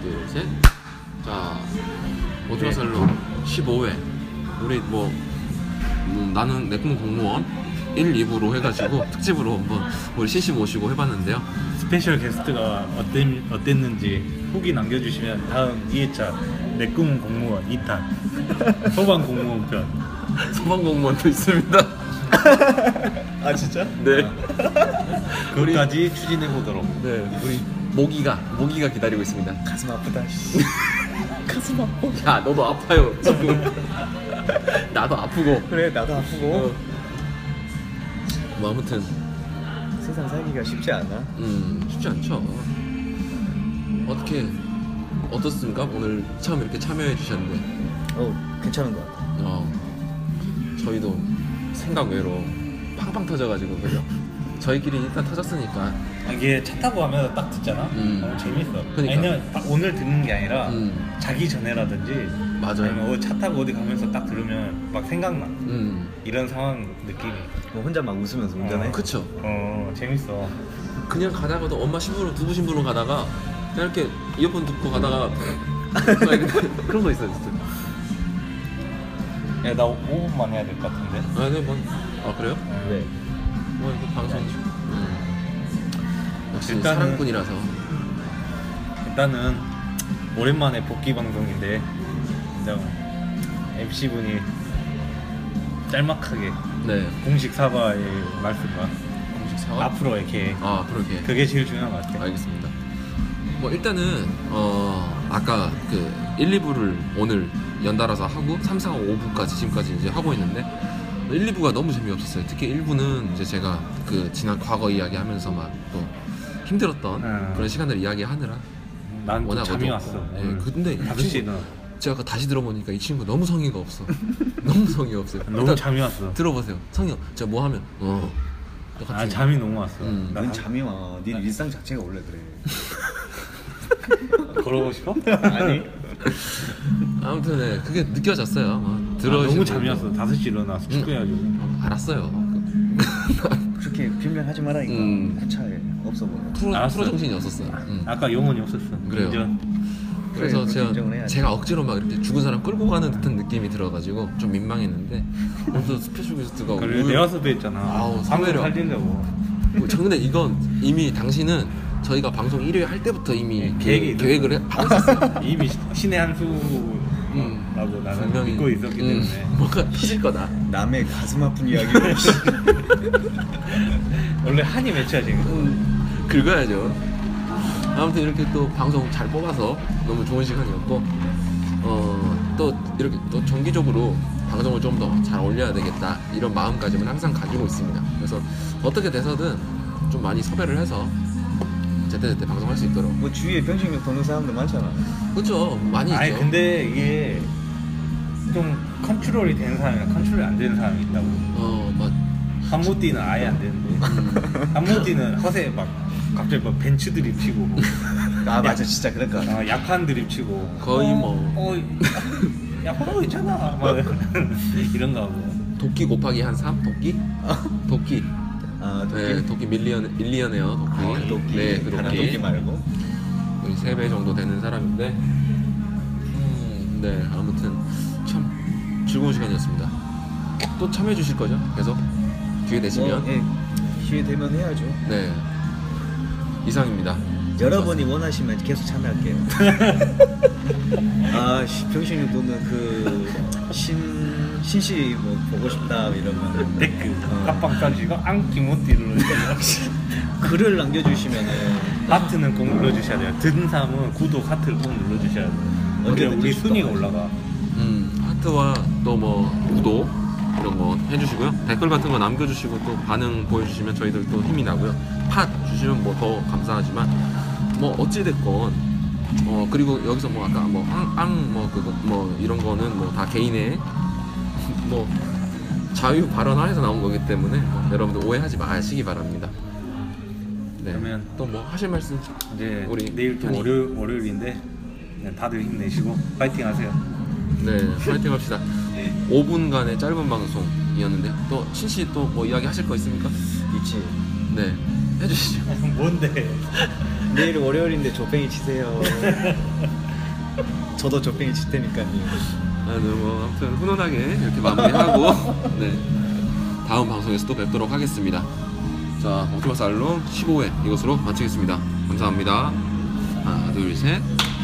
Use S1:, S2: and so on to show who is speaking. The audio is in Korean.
S1: 둘, 셋. 자, 오징어살로 15회. 우리 뭐, 음, 나는 내 꿈은 공무원 1, 2부로 해가지고 특집으로 한번 우리 시시 모시고 해봤는데요.
S2: 스페셜 게스트가 어땠, 어땠는지 후기 남겨주시면 다음 2회차 내 꿈은 공무원 2탄 소방 공무원 편
S1: 소방 공무원도 있습니다.
S2: 아 진짜?
S1: 네.
S3: 아,
S2: 그것까지 추진해 보도록
S1: 네, 우리 모기가 모기가 기다리고 있습니다.
S2: 가슴 아프다 씨. 가슴 아파
S1: 야, 너도 아파요. 지금. 나도 아프고.
S3: 그래 나도 아프고
S1: 어. 뭐 아무튼
S3: 세상 살기가 쉽지 않아
S1: 음, 쉽지 않죠. 어떻게 어떻습니까? 오늘 처음 이렇게 참여해 주셨는데
S3: 어 괜찮은 것 같아
S1: 어, 저희도 생각 외로 팡팡 터져가지고 그죠? 저희끼리 일단 터졌으니까
S2: 아, 이게 차 타고 가면서 딱 듣잖아
S1: 음.
S2: 너무 재밌어
S1: 그러니까.
S2: 아니면 딱 오늘 듣는 게 아니라
S1: 음,
S2: 자기 전에라든지
S1: 맞아요.
S3: 네.
S2: 아니면 어, 차 타고 어디 가면서 딱 들으면 막 생각나
S1: 음,
S2: 이런 상황 느낌이
S3: 뭐 혼자 막 웃으면서 운전해
S2: 어,
S1: 그쵸.
S2: 어 재밌어
S1: 그냥 가다가도 엄마 신부름 두부 신부름 가다가 그냥 이렇게 이어폰 듣고 가다가
S3: 음.
S1: 그런 거 있어요 진짜.
S2: 야나 5분만 해야 될 것 같은데
S1: 아, 네, 뭐, 아 그래요?
S3: 네.
S1: 뭐 이렇게 방송 음. 역시
S2: 일단은-
S1: 사랑꾼이라서
S2: 일단은 오랜만에 복귀 방송인데 MC 분이 짤막하게
S1: 네
S2: 공식 사과의 말씀과
S1: 공식 사과
S2: 앞으로의 계획
S1: 아 그렇게
S2: 그게 제일 중요한 것 같아.
S1: 알겠습니다 뭐 일단은 어 아까 그 1, 2부를 오늘 연달아서 하고 3, 4, 5부까지 지금까지 이제 하고 있는데 1, 2부가 너무 재미없었어요 특히 1부는 이제 제가 그 지난 과거 이야기 하면서 막 또 힘들었던
S2: 음.
S1: 그런 시간들 이야기하느라
S2: 난또
S1: 워낙
S2: 잠이
S1: 어둡고.
S2: 왔어. 음.
S1: 예,
S2: 오늘.
S1: 근데 이
S2: 박수
S1: 친구-
S2: 씨는
S1: 제가 아까 다시 들어보니까 이 친구 너무 성의가 없어 너무 성의 없어요
S2: 너무
S1: 일단
S2: 잠이 왔어.
S1: 들어보세요. 성형. 제가 뭐 하면 어. 똑같이.
S2: 아 잠이 너무 왔어.
S1: 음.
S2: 나
S3: 넌 잠이 와.
S1: 아.
S3: 네 일상 자체가 원래 그래.
S2: 걸어보고 싶어? 아니.
S1: 아무튼 네, 그게 느껴졌어요. 어,
S2: 아,
S1: 들어
S2: 너무 잠이 왔어. 5시
S1: 음.
S2: 일어나서 축구해가지고.
S1: 알았어요.
S3: 그렇게 변명하지 마라 이거.
S1: 음.
S3: 구차에 없어 보여.
S1: 프로
S2: 알았어요.
S1: 그 프로 정신이 없었어요. 음.
S2: 아까 영혼이 없었어.
S1: 그래요.
S2: 인정.
S1: 그래서
S3: 그래, 인정을
S1: 제가
S3: 해야지.
S1: 제가 억지로 막 이렇게 죽은 사람 끌고 가는 듯한 느낌이 들어가지고 좀 민망했는데 오늘도 스페셜 게스트가
S2: 그리고
S1: 울-
S2: 내와서도 했잖아.
S1: 어, 아우,
S2: 방금
S1: 사회력.
S2: 살리려고.
S1: 뭐, 저 근데 이건 이미 당신은 저희가 방송 1회 할 때부터 이미 그
S2: 네, 계획이 있었어요.
S1: 계획을 해- 하고 있었어요.
S2: 이미 신의 한 수라고 나는 믿고 있었기
S1: 음,
S2: 때문에
S1: 뭔가 터질 거다.
S3: 남의 가슴 아픈 이야기를
S2: 원래 한이 맺혀야 지금
S1: 음, 긁어야죠. 아무튼 이렇게 또 방송 잘 뽑아서 너무 좋은 시간이었고, 어, 또 이렇게 또 정기적으로 방송을 좀 더 잘 올려야 되겠다 이런 마음가짐은 항상 가지고 있습니다. 그래서 어떻게 돼서든 좀 많이 섭외를 해서 제때제때 방송할 수 있도록.
S3: 뭐 주위에 병신력 도는 사람도 많잖아.
S1: 그렇죠, 많이 있죠.
S2: 아니 근데 이게 좀 컨트롤이 된 사람이랑 컨트롤이 안 되는 사람이 있다고
S1: 어, 막 음,
S2: 한무띠는 아예 안 되는데 한무띠는 허세 막 갑자기 막 벤츠 드립 치고
S3: 아 맞아 진짜 그럴 것 같아.
S2: 어, 약한 드립 치고
S1: 거의
S2: 어,
S1: 뭐.
S2: 어, 야 호로 있잖아 막 이런 거 하고
S1: 도끼 곱하기 한 3? 도끼? 도끼.
S3: 아 도끼.
S1: 네, 도끼 밀리언, 밀리언에요, 도끼.
S3: 아, 그 도끼.
S1: 네, 그
S3: 다른
S1: 도끼.
S3: 도끼 말고.
S1: 거의 3배 정도 되는 사람인데 음, 네 아무튼 참 즐거운 시간이었습니다 또 참여해 주실 거죠? 계속 기회 되시면
S3: 뭐, 예. 기회 되면 해야죠.
S1: 네 이상입니다
S3: 여러분이 원하시면 계속 참여할게요. 아 씨, 병신력 도는 그신 신씨 뭐 보고 싶다 이러면
S2: 댓글
S3: 어.
S2: 깜빡 던지고 안기무띠를
S3: 글을 남겨주시면은.
S2: 하트는 꼭 눌러주셔야 돼요. 듣는 사람은 구독 하트를 꼭 눌러주셔야 돼요.
S3: 언제
S2: 그래야 우리
S3: 듣지
S2: 순위가
S3: 싶다.
S2: 올라가.
S1: 음, 하트와 또 뭐 구독 이런 거 해주시고요 댓글 같은 거 남겨주시고 또 반응 보여주시면 저희들 또 힘이 나고요 팟 주시면 뭐 더 감사하지만 뭐 어찌됐건 어 그리고 여기서 뭐 아까 뭐앙뭐 그거 뭐 이런 거는 뭐 다 개인의 뭐 자유 발언 안에서 나온 거기 때문에 뭐 여러분들 오해하지 마시기 바랍니다. 네.
S2: 그러면
S1: 또 뭐 하실 말씀?
S2: 이제
S1: 네, 우리
S2: 내일 또
S1: 편히.
S2: 월요일, 월요일인데 그냥 다들 힘내시고 파이팅 하세요.
S1: 네, 파이팅 합시다. 네. 5분간의 짧은 방송이었는데 또 신씨 또 뭐 이야기 하실 거 있습니까?
S3: 있지.
S1: 네, 해주시죠.
S2: 뭔데?
S3: 내일 월요일인데 조팽이 치세요. 저도 조팽이 칠 테니까요.
S1: 아, 네, 뭐 아무튼 훈훈하게 이렇게 마무리하고 네 다음 방송에서 또 뵙도록 하겠습니다. 자, 옵티머스 알론 15회 이것으로 마치겠습니다. 감사합니다. 하나, 둘, 셋.